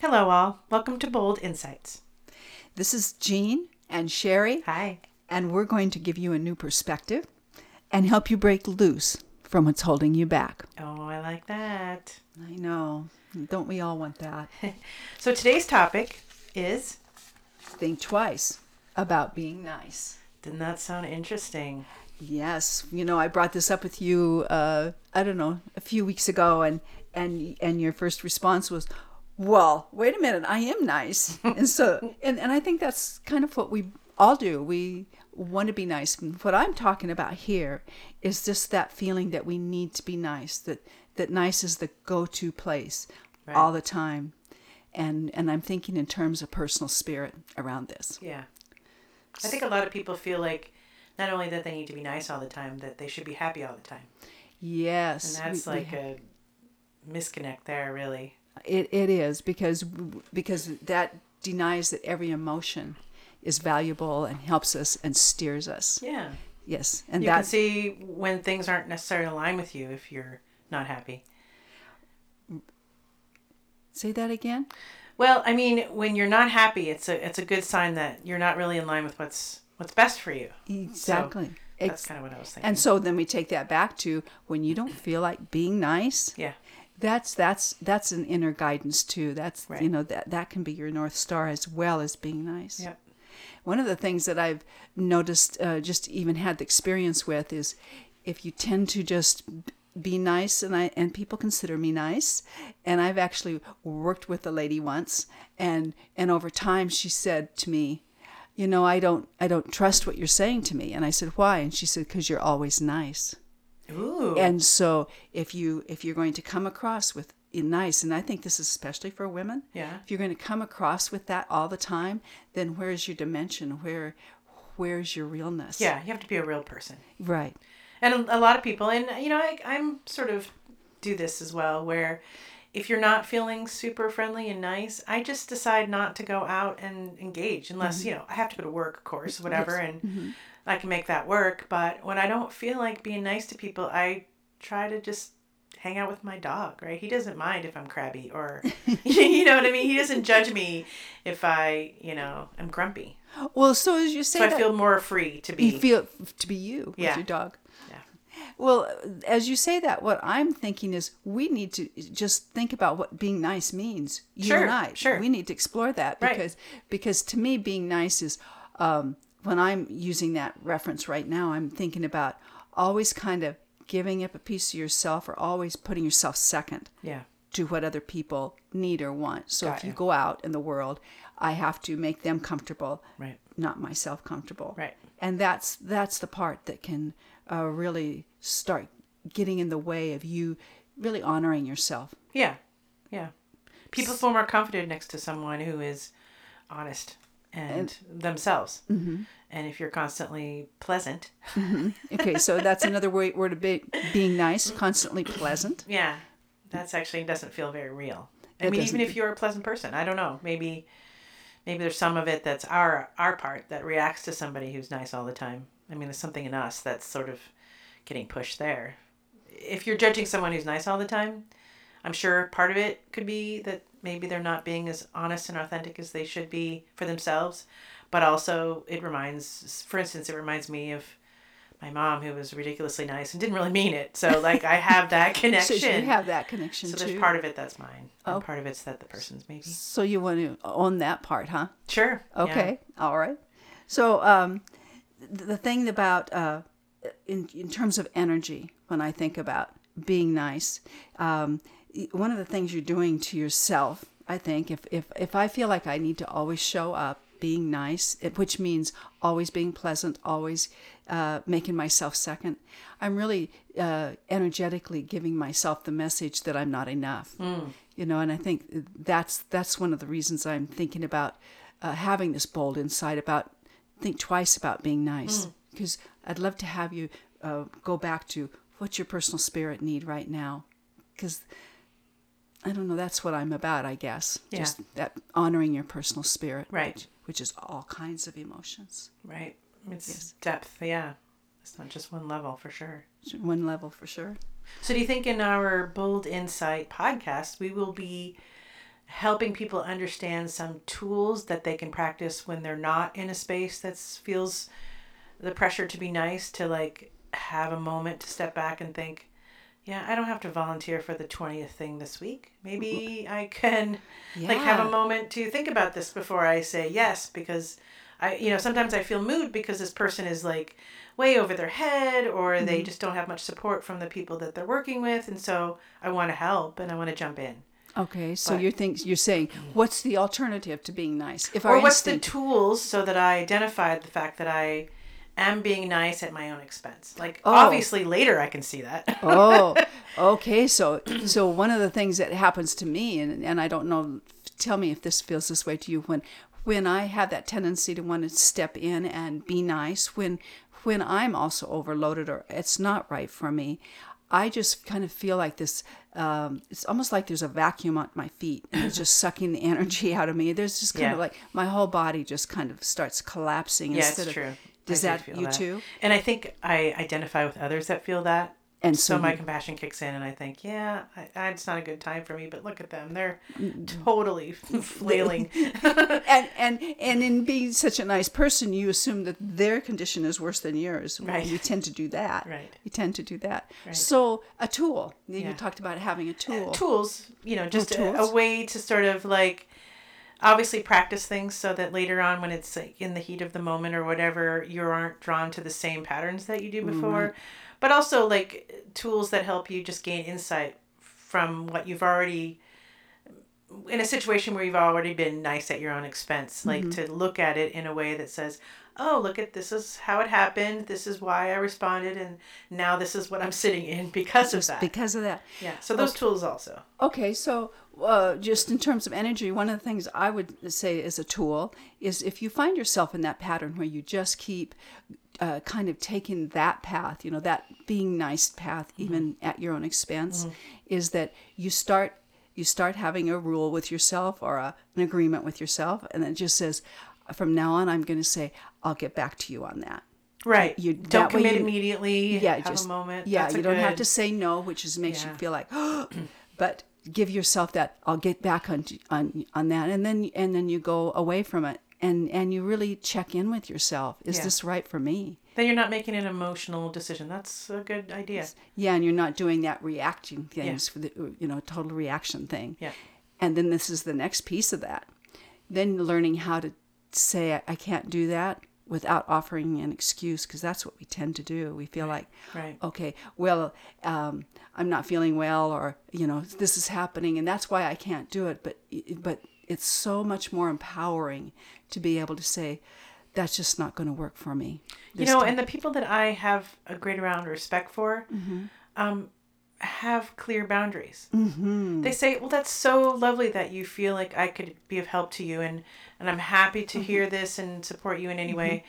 Hello, all. Welcome to Bold Insights. This is Jean and Sherry, Hi. and we're going to give you a new perspective and help you break loose from what's holding you back. Oh, I like that. I know. Don't we all want that? So today's topic is Think twice about being nice. Didn't that sound interesting? Yes, you know, I brought this up with you uh I don't know, a few weeks ago and and and your first response was, "Well, wait a minute, I am nice." and so and and I think that's kind of what we all do. We want to be nice. And what I'm talking about here is just that feeling that we need to be nice, that that nice is the go-to place all the time. And and I'm thinking in terms of personal spirit around this. Yeah. I think a lot of people feel like not only that they need to be nice all the time, that they should be happy all the time. Yes. And we- that's we like a misconnect there, really. It it is because because that denies that every emotion is valuable and helps us and steers us. Yeah. Yes, and You can that see when things aren't necessarily aligned with you if you're not happy. say that again. Well, I mean, when you're not happy, it's a it's a good sign that you're not really in line with what's what's best for you. Exactly. That's Ex- kind of what I was thinking. and so then we take that back to when you don't feel like being nice. yeah. That's that's that's an inner guidance too. That's Right. you know that that can be your north star as well as being nice. Yep. One of the things that I've noticed, uh, just even had the experience with, is if you tend to just be nice, and I and people consider me nice, and I've actually worked with a lady once, and and over time she said to me, you know, I don't I don't trust what you're saying to me, and I said why, and she said because you're always nice Ooh. and so if you if you're going to come across with in nice and i think this is especially for women Yeah. if you're going to come across with that all the time then where's your dimension where where's your realness Yeah, you have to be a real person. right And a, a lot of people, and you know, I, I'm sort of do this as well, where if you're not feeling super friendly and nice, I just decide not to go out and engage unless, Mm-hmm. you know, I have to go to work, of course, whatever, and I can make that work. But when I don't feel like being nice to people, I try to just hang out with my dog, right? He doesn't mind if I'm crabby or, you know what I mean? He doesn't judge me if I, you know, am grumpy. well so as you say So I that feel more free to be. you feel to be you Yeah. with your dog Yeah. well as you say that what i'm thinking is we need to just think about what being nice means you Sure, and i sure. we need to explore that Right. because because to me being nice is um, when i'm using that reference right now i'm thinking about always kind of giving up a piece of yourself or always putting yourself second yeah. to what other people need or want so Got if you you. go out in the world i have to make them comfortable Right. not myself comfortable Right. and that's that's the part that can uh, really start getting in the way of you really honoring yourself Yeah. Yeah. People feel more confident next to someone who is honest and, themselves. Mm-hmm. And if you're constantly pleasant, okay so that's another way, word of be, being nice constantly pleasant yeah, that's actually doesn't feel very real. I It mean, even doesn't. if you're a pleasant person, I don't know. Maybe, maybe there's some of it that's our our part that reacts to somebody who's nice all the time. I mean, there's something in us that's sort of getting pushed there. If you're judging someone who's nice all the time, I'm sure part of it could be that maybe they're not being as honest and authentic as they should be for themselves. But also, it reminds, for instance, it reminds me of my mom who was ridiculously nice and didn't really mean it. So, like, I have that so connection. you have that connection So too there's part of it that's mine, and Oh. part of it's that the person's maybe. so you want to own that part huh Sure. yeah. Okay. All right. So um, th- the thing about uh, in in terms of energy, when I think about being nice, um, y- one of the things you're doing to yourself, I think, if if if I feel like I need to always show up being nice, it- which means always being pleasant, always uh, making myself second, I'm really uh, energetically giving myself the message that I'm not enough. You know, and I think that's that's one of the reasons I'm thinking about uh, having this bold insight about think twice about being nice Mm. because I'd love to have you uh, go back to what's your personal spirit need right now because I don't know that's what I'm about I guess Yeah. just that honoring your personal spirit Right. which, which is all kinds of emotions Right. It's depth. Yeah. It's not just one level for sure. It's one level for sure So, do you think in our Bold Insight podcast, we will be helping people understand some tools that they can practice when they're not in a space that feels the pressure to be nice to like have a moment to step back and think yeah i don't have to volunteer for the 20th thing this week maybe i can like have Yeah. a moment to think about this before i say yes because i you know sometimes i feel moved because this person is like way over their head or Mm-hmm. they just don't have much support from the people that they're working with and so i want to help and i want to jump in Okay, so you think you're saying what's the alternative to being nice? If or our what's the instinct- tools so that I identify the fact that I am being nice at my own expense. Like Oh. obviously later I can see that. oh, okay. So, so one of the things that happens to me, and, and I don't know, tell me if this feels this way to you when when I have that tendency to want to step in and be nice when when I'm also overloaded or it's not right for me. I just kind of feel like this. Um, it's almost like there's a vacuum at my feet, and it's just sucking the energy out of me. There's just kind of Yeah. like my whole body just kind of starts collapsing. yeah, it's instead of- true. Does I do that feel you too? And I think I identify with others that feel that. And So so, my compassion kicks in, and I think, yeah, I, I, it's not a good time for me. But look at them; they're totally flailing. and and and in being such a nice person, you assume that their condition is worse than yours. Right. You tend to do that. Right. You tend to do that. So a tool. You- You Yeah. talked about having a tool. tools you know just a, tools. a way to sort of like obviously practice things so that later on when it's like in the heat of the moment or whatever you aren't drawn to the same patterns that you do before but also like tools that help you just gain insight from what you've already in a situation where you've already been nice at your own expense like to look at it in a way that says oh look at this is how it happened this is why i responded and now this is what i'm sitting in because of that Because of that. yeah so those tools also Okay, so uh, just in terms of energy, one of the things I would say is a tool is if you find yourself in that pattern where you just keep uh, kind of taking that path, you know, that being nice path, even at your own expense, is that you start you start having a rule with yourself or a, an agreement with yourself, and it just says, from now on, I'm going to say, I'll get back to you on that. Right. You- don't that way commit you- immediately. yeah have just a moment. yeah That's a you don't have good- to say no which just makes you Yeah. feel like but give yourself that i'll get back on on on that and then and then you go away from it and and you really check in with yourself is Yeah. this right for me Then you're not making an emotional decision. That's a good idea. yeah and you're not doing that reacting things for the you know total reaction thing Yeah. and then this is the next piece of that then learning how to say i, I can't do that without offering an excuse because that's what we tend to do we feel like Right. okay well um, i'm not feeling well or you know this is happening and that's why i can't do it but but it's so much more empowering to be able to say that's just not going to work for me You know, and the people that I have a great amount of respect for Mm-hmm. um, have clear boundaries. Mm-hmm. They say, well, that's so lovely that you feel like I could be of help to you, and, and I'm happy to hear this and support you in any way,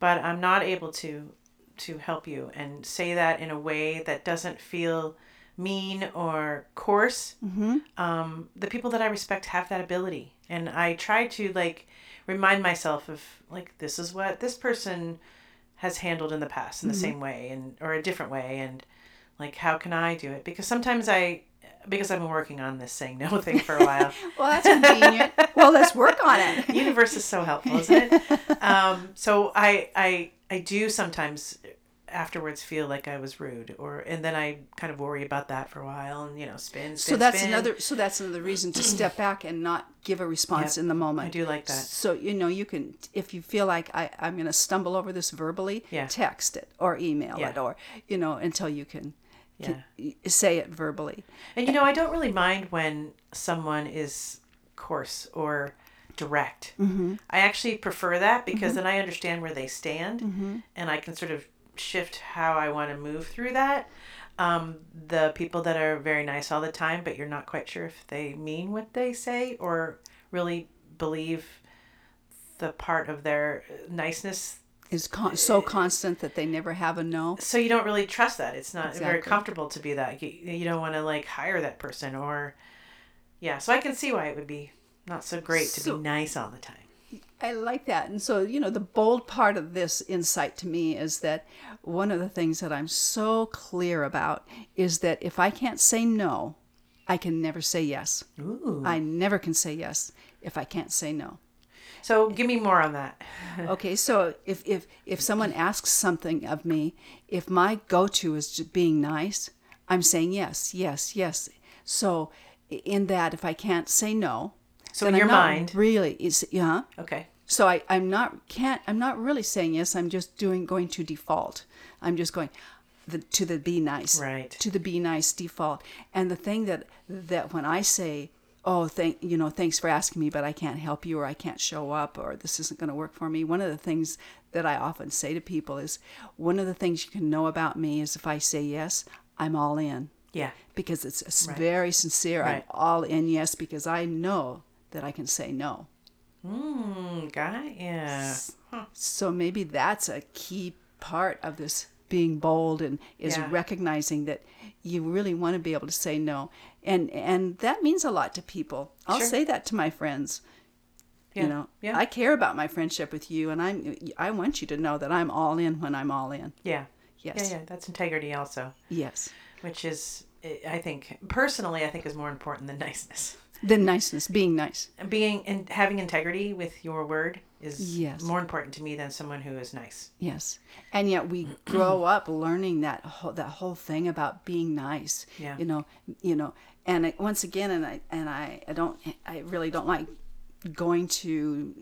but I'm not able to to help you and say that in a way that doesn't feel mean or coarse. um, the people that I respect have that ability, and I try to like remind myself of like this is what this person has handled in the past in the same way and or a different way, and like how can I do it? Because sometimes I, because I've been working on this saying no thing for a while. well that's convenient well let's work on it The universe is so helpful, isn't it? Um, so I, I, I do sometimes afterwards feel like I was rude, or and then I kind of worry about that for a while, and you know, spin. spin so that's spin. another so that's another reason to step back and not give a response in the moment I do like that. So you know you can if you feel like I, I'm going to stumble over this verbally, Yeah. text it or email Yeah. it or you know until you can, can say it verbally. And you know, I don't really mind when someone is coarse or direct. I actually prefer that because then I understand where they stand and I can sort of shift how I want to move through that. Um, the people that are very nice all the time, but you're not quite sure if they mean what they say or really believe the part of their niceness. Is con- so constant that they never have a no. So you don't really trust that. It's not very Exactly. comfortable to be that. You, you don't want to like hire that person or, yeah. So I can see why it would be not so great to So- be nice all the time. I like that. And so, you know, the bold part of this insight to me is that one of the things that I'm so clear about is that if I can't say no, I can never say yes. Ooh. I never can say yes if I can't say no. So give me more on that. Okay, so if if if someone asks something of me, if my go-to is just being nice, I'm saying yes, yes, yes. So i- in that, if I can't say no, So then in your I'm not mind- really is yeah. Okay. So I I'm not can't I'm not really saying yes. I'm just doing going to default. I'm just going the, to the be nice Right. to the be nice default. And the thing that that when I say oh thank you know thanks for asking me but I can't help you or I can't show up or this isn't going to work for me. One of the things that I often say to people is one of the things you can know about me is if I say yes, I'm all in Yeah. because it's, it's very sincere. I'm Right. all in yes because I know that I can say no. Mm, got yeah. So maybe that's a key part of this being bold and is Yeah. recognizing that you really want to be able to say no. And and that means a lot to people. I'll Sure. say that to my friends. Yeah. You know, Yeah. I care about my friendship with you and I'm I want you to know that I'm all in when I'm all in. Yeah. Yes. Yeah, yeah. That's integrity also, Yes. which is, eh, I think, personally, I think is more important than niceness. Then niceness, being nice. Being and having integrity with your word is Yes. more important to me than someone who is nice. Yes, and yet we grow up learning that whole, that whole thing about being nice. Yeah. You know, you know, and I, once again, and I and I, I don't I really don't like going to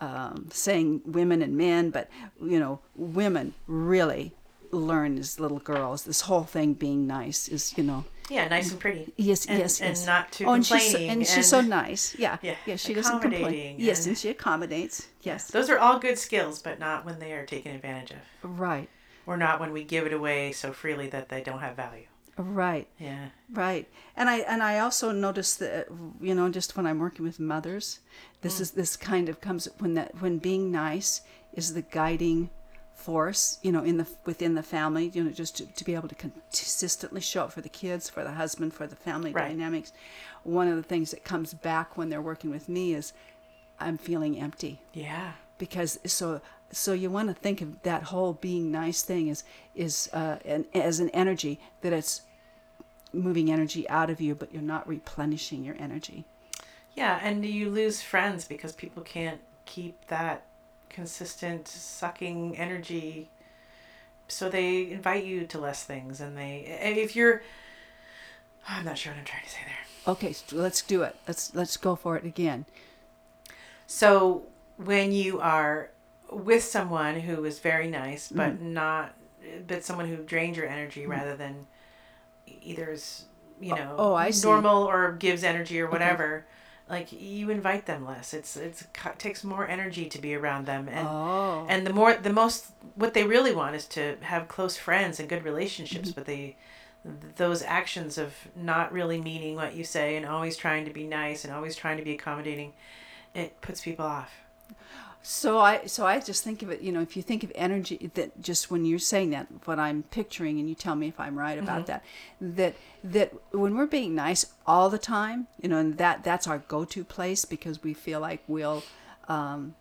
um, saying women and men, but you know, women really learn as little girls this whole thing being nice is you know Yeah, nice and pretty. Yes, and, yes, and yes. not too oh, and she's, so- complaining. and she's so nice. Yeah, Yeah, yeah. She doesn't complain. accommodating Yes, and- and she accommodates. Yes, Those are all good skills, but not when they are taken advantage of, right, or not when we give it away so freely that they don't have value. right. Yeah. Right, and I and I also notice that you know just when I'm working with mothers, this is this kind of comes when that when being nice is the guiding force you know in the within the family you know just to, to be able to consistently show up for the kids for the husband for the family Right. dynamics one of the things that comes back when they're working with me is i'm feeling empty Yeah. because so so you want to think of that whole being nice thing is is uh, an, as an energy that it's moving energy out of you but you're not replenishing your energy Yeah, and you lose friends because people can't keep that consistent sucking energy. So they invite you to less things, and they if you're. I'm not sure what I'm trying to say there. okay so let's do it let's let's go for it again So when you are with someone who is very Mm-hmm. nice, but not, but someone who drains your energy rather than either is you know oh, I see. normal or gives energy or whatever. Like you invite them less. It's it's co- takes more energy to be around them, and Oh. and the more the most what they really want is to have close friends and good Mm-hmm. relationships. But they those actions of not really meaning what you say and always trying to be nice and always trying to be accommodating it puts people off. so i so i just think of it you know if you think of energy that just when you're saying that what i'm picturing and you tell me if i'm right about that that that when we're being nice all the time you know and that that's our go-to place because we feel like we'll um,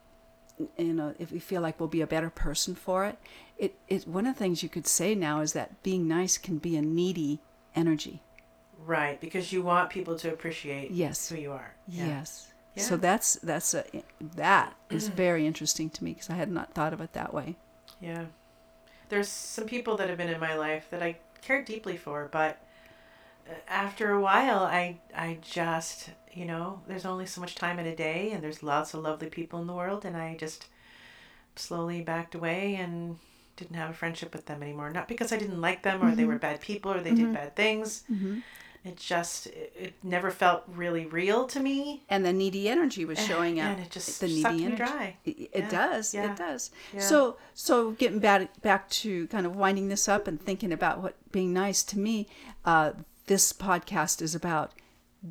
you know if we feel like we'll be a better person for it it, it one of the things you could say now is that being nice can be a needy energy Right, because you want people to appreciate Yes. who you are. yes so Yeah. that's that's a, that is very interesting to me because i had not thought of it that way Yeah. There's some people that have been in my life that I care deeply for, but uh, after a while I I just, you know, there's only so much time in a day and there's lots of lovely people in the world and I just slowly backed away and didn't have a friendship with them anymore. Not because I didn't like them or Mm-hmm. they were bad people or they did bad things. It just it, it never felt really real to me. and the needy energy was showing up Eh, and it just sucked me dry. It, it Yeah, does. yeah, It does. yeah. So so getting back back to kind of winding this up and thinking about what being nice to me, uh, this podcast is about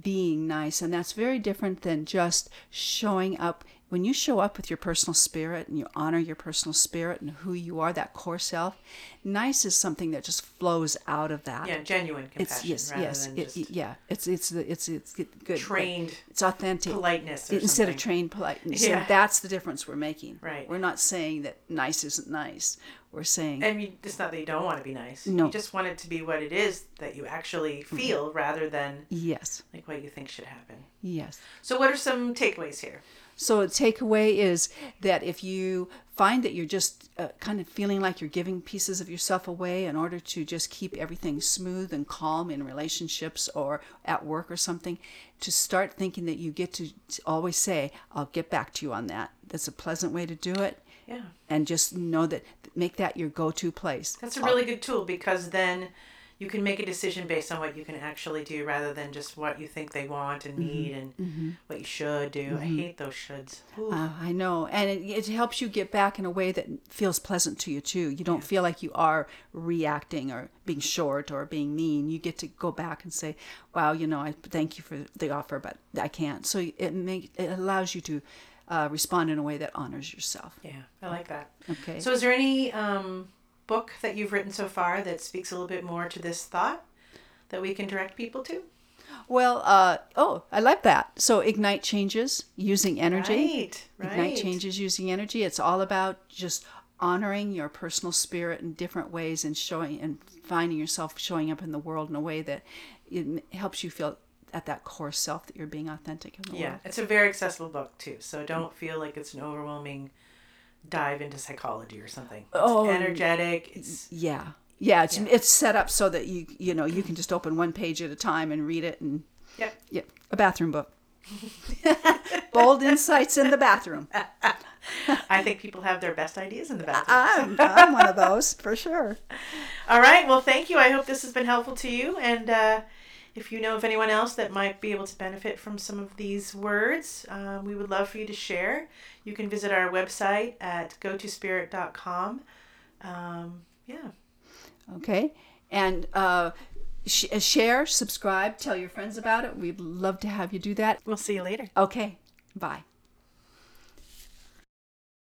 being nice, and that's very different than just showing up when you show up with your personal spirit and you honor your personal spirit and who you are, that core self, nice is something that just flows out of that. Yeah, genuine compassion. It's yes, rather yes, than it- just it- yeah. It's it's the- it's it's good. good. trained It's authentic. politeness or Instead of something. trained politeness, and Yeah. that's the difference we're making. Right. We're not saying that nice isn't nice. We're saying I mean, it's not that you don't want to be nice. No. Mm-hmm. You just want it to be what it is that you actually feel rather than yes, like what you think should happen. yes. So, what are some takeaways here? So the takeaway is that if you find that you're just uh, kind of feeling like you're giving pieces of yourself away in order to just keep everything smooth and calm in relationships or at work or something, to start thinking that you get to to always say, "I'll get back to you on that." That's a pleasant way to do it, Yeah. and just know that make that your go-to place. That's a really good tool because then you can make a decision based on what you can actually do rather than just what you think they want Mm-hmm. and need and what you should do. I hate those shoulds. Ooh. Uh, I know, and it, it helps you get back in a way that feels pleasant to you too. You don't feel like you are reacting or being short or being mean. You get to go back and say, "Wow, you know, I thank you for the offer, but I can't." So it make, it allows you to uh, respond in a way that honors yourself. yeah, I like that. Okay. So, is there any um, book that you've written so far that speaks a little bit more to this thought that we can direct people to? well, uh, oh, I like that. So ignite changes using energy. Right, right. Ignite changes using energy. It's all about just honoring your personal spirit in different ways and showing and finding yourself showing up in the world in a way that it m- helps you feel at that core self that you're being authentic in the Yeah, world. it's a very accessible book too. So don't feel like it's an overwhelming dive into psychology or something. It's Oh, energetic. It's Yeah. Yeah, it's it's set up so that you you know, you can just open one page at a time and read it and yep. yeah, a bathroom book. Bold insights in the bathroom. I think people have their best ideas in the bathroom. I'm, I'm one of those for sure. All right. Well, thank you. I hope this has been helpful to you. And uh, if you know of anyone else that might be able to benefit from some of these words, uh, we would love for you to share. You can visit our website at gotospirit.com. Um, yeah. Okay. And uh, sh- uh, share, subscribe, tell your friends about it. We'd love to have you do that. We'll see you later. Okay. Bye.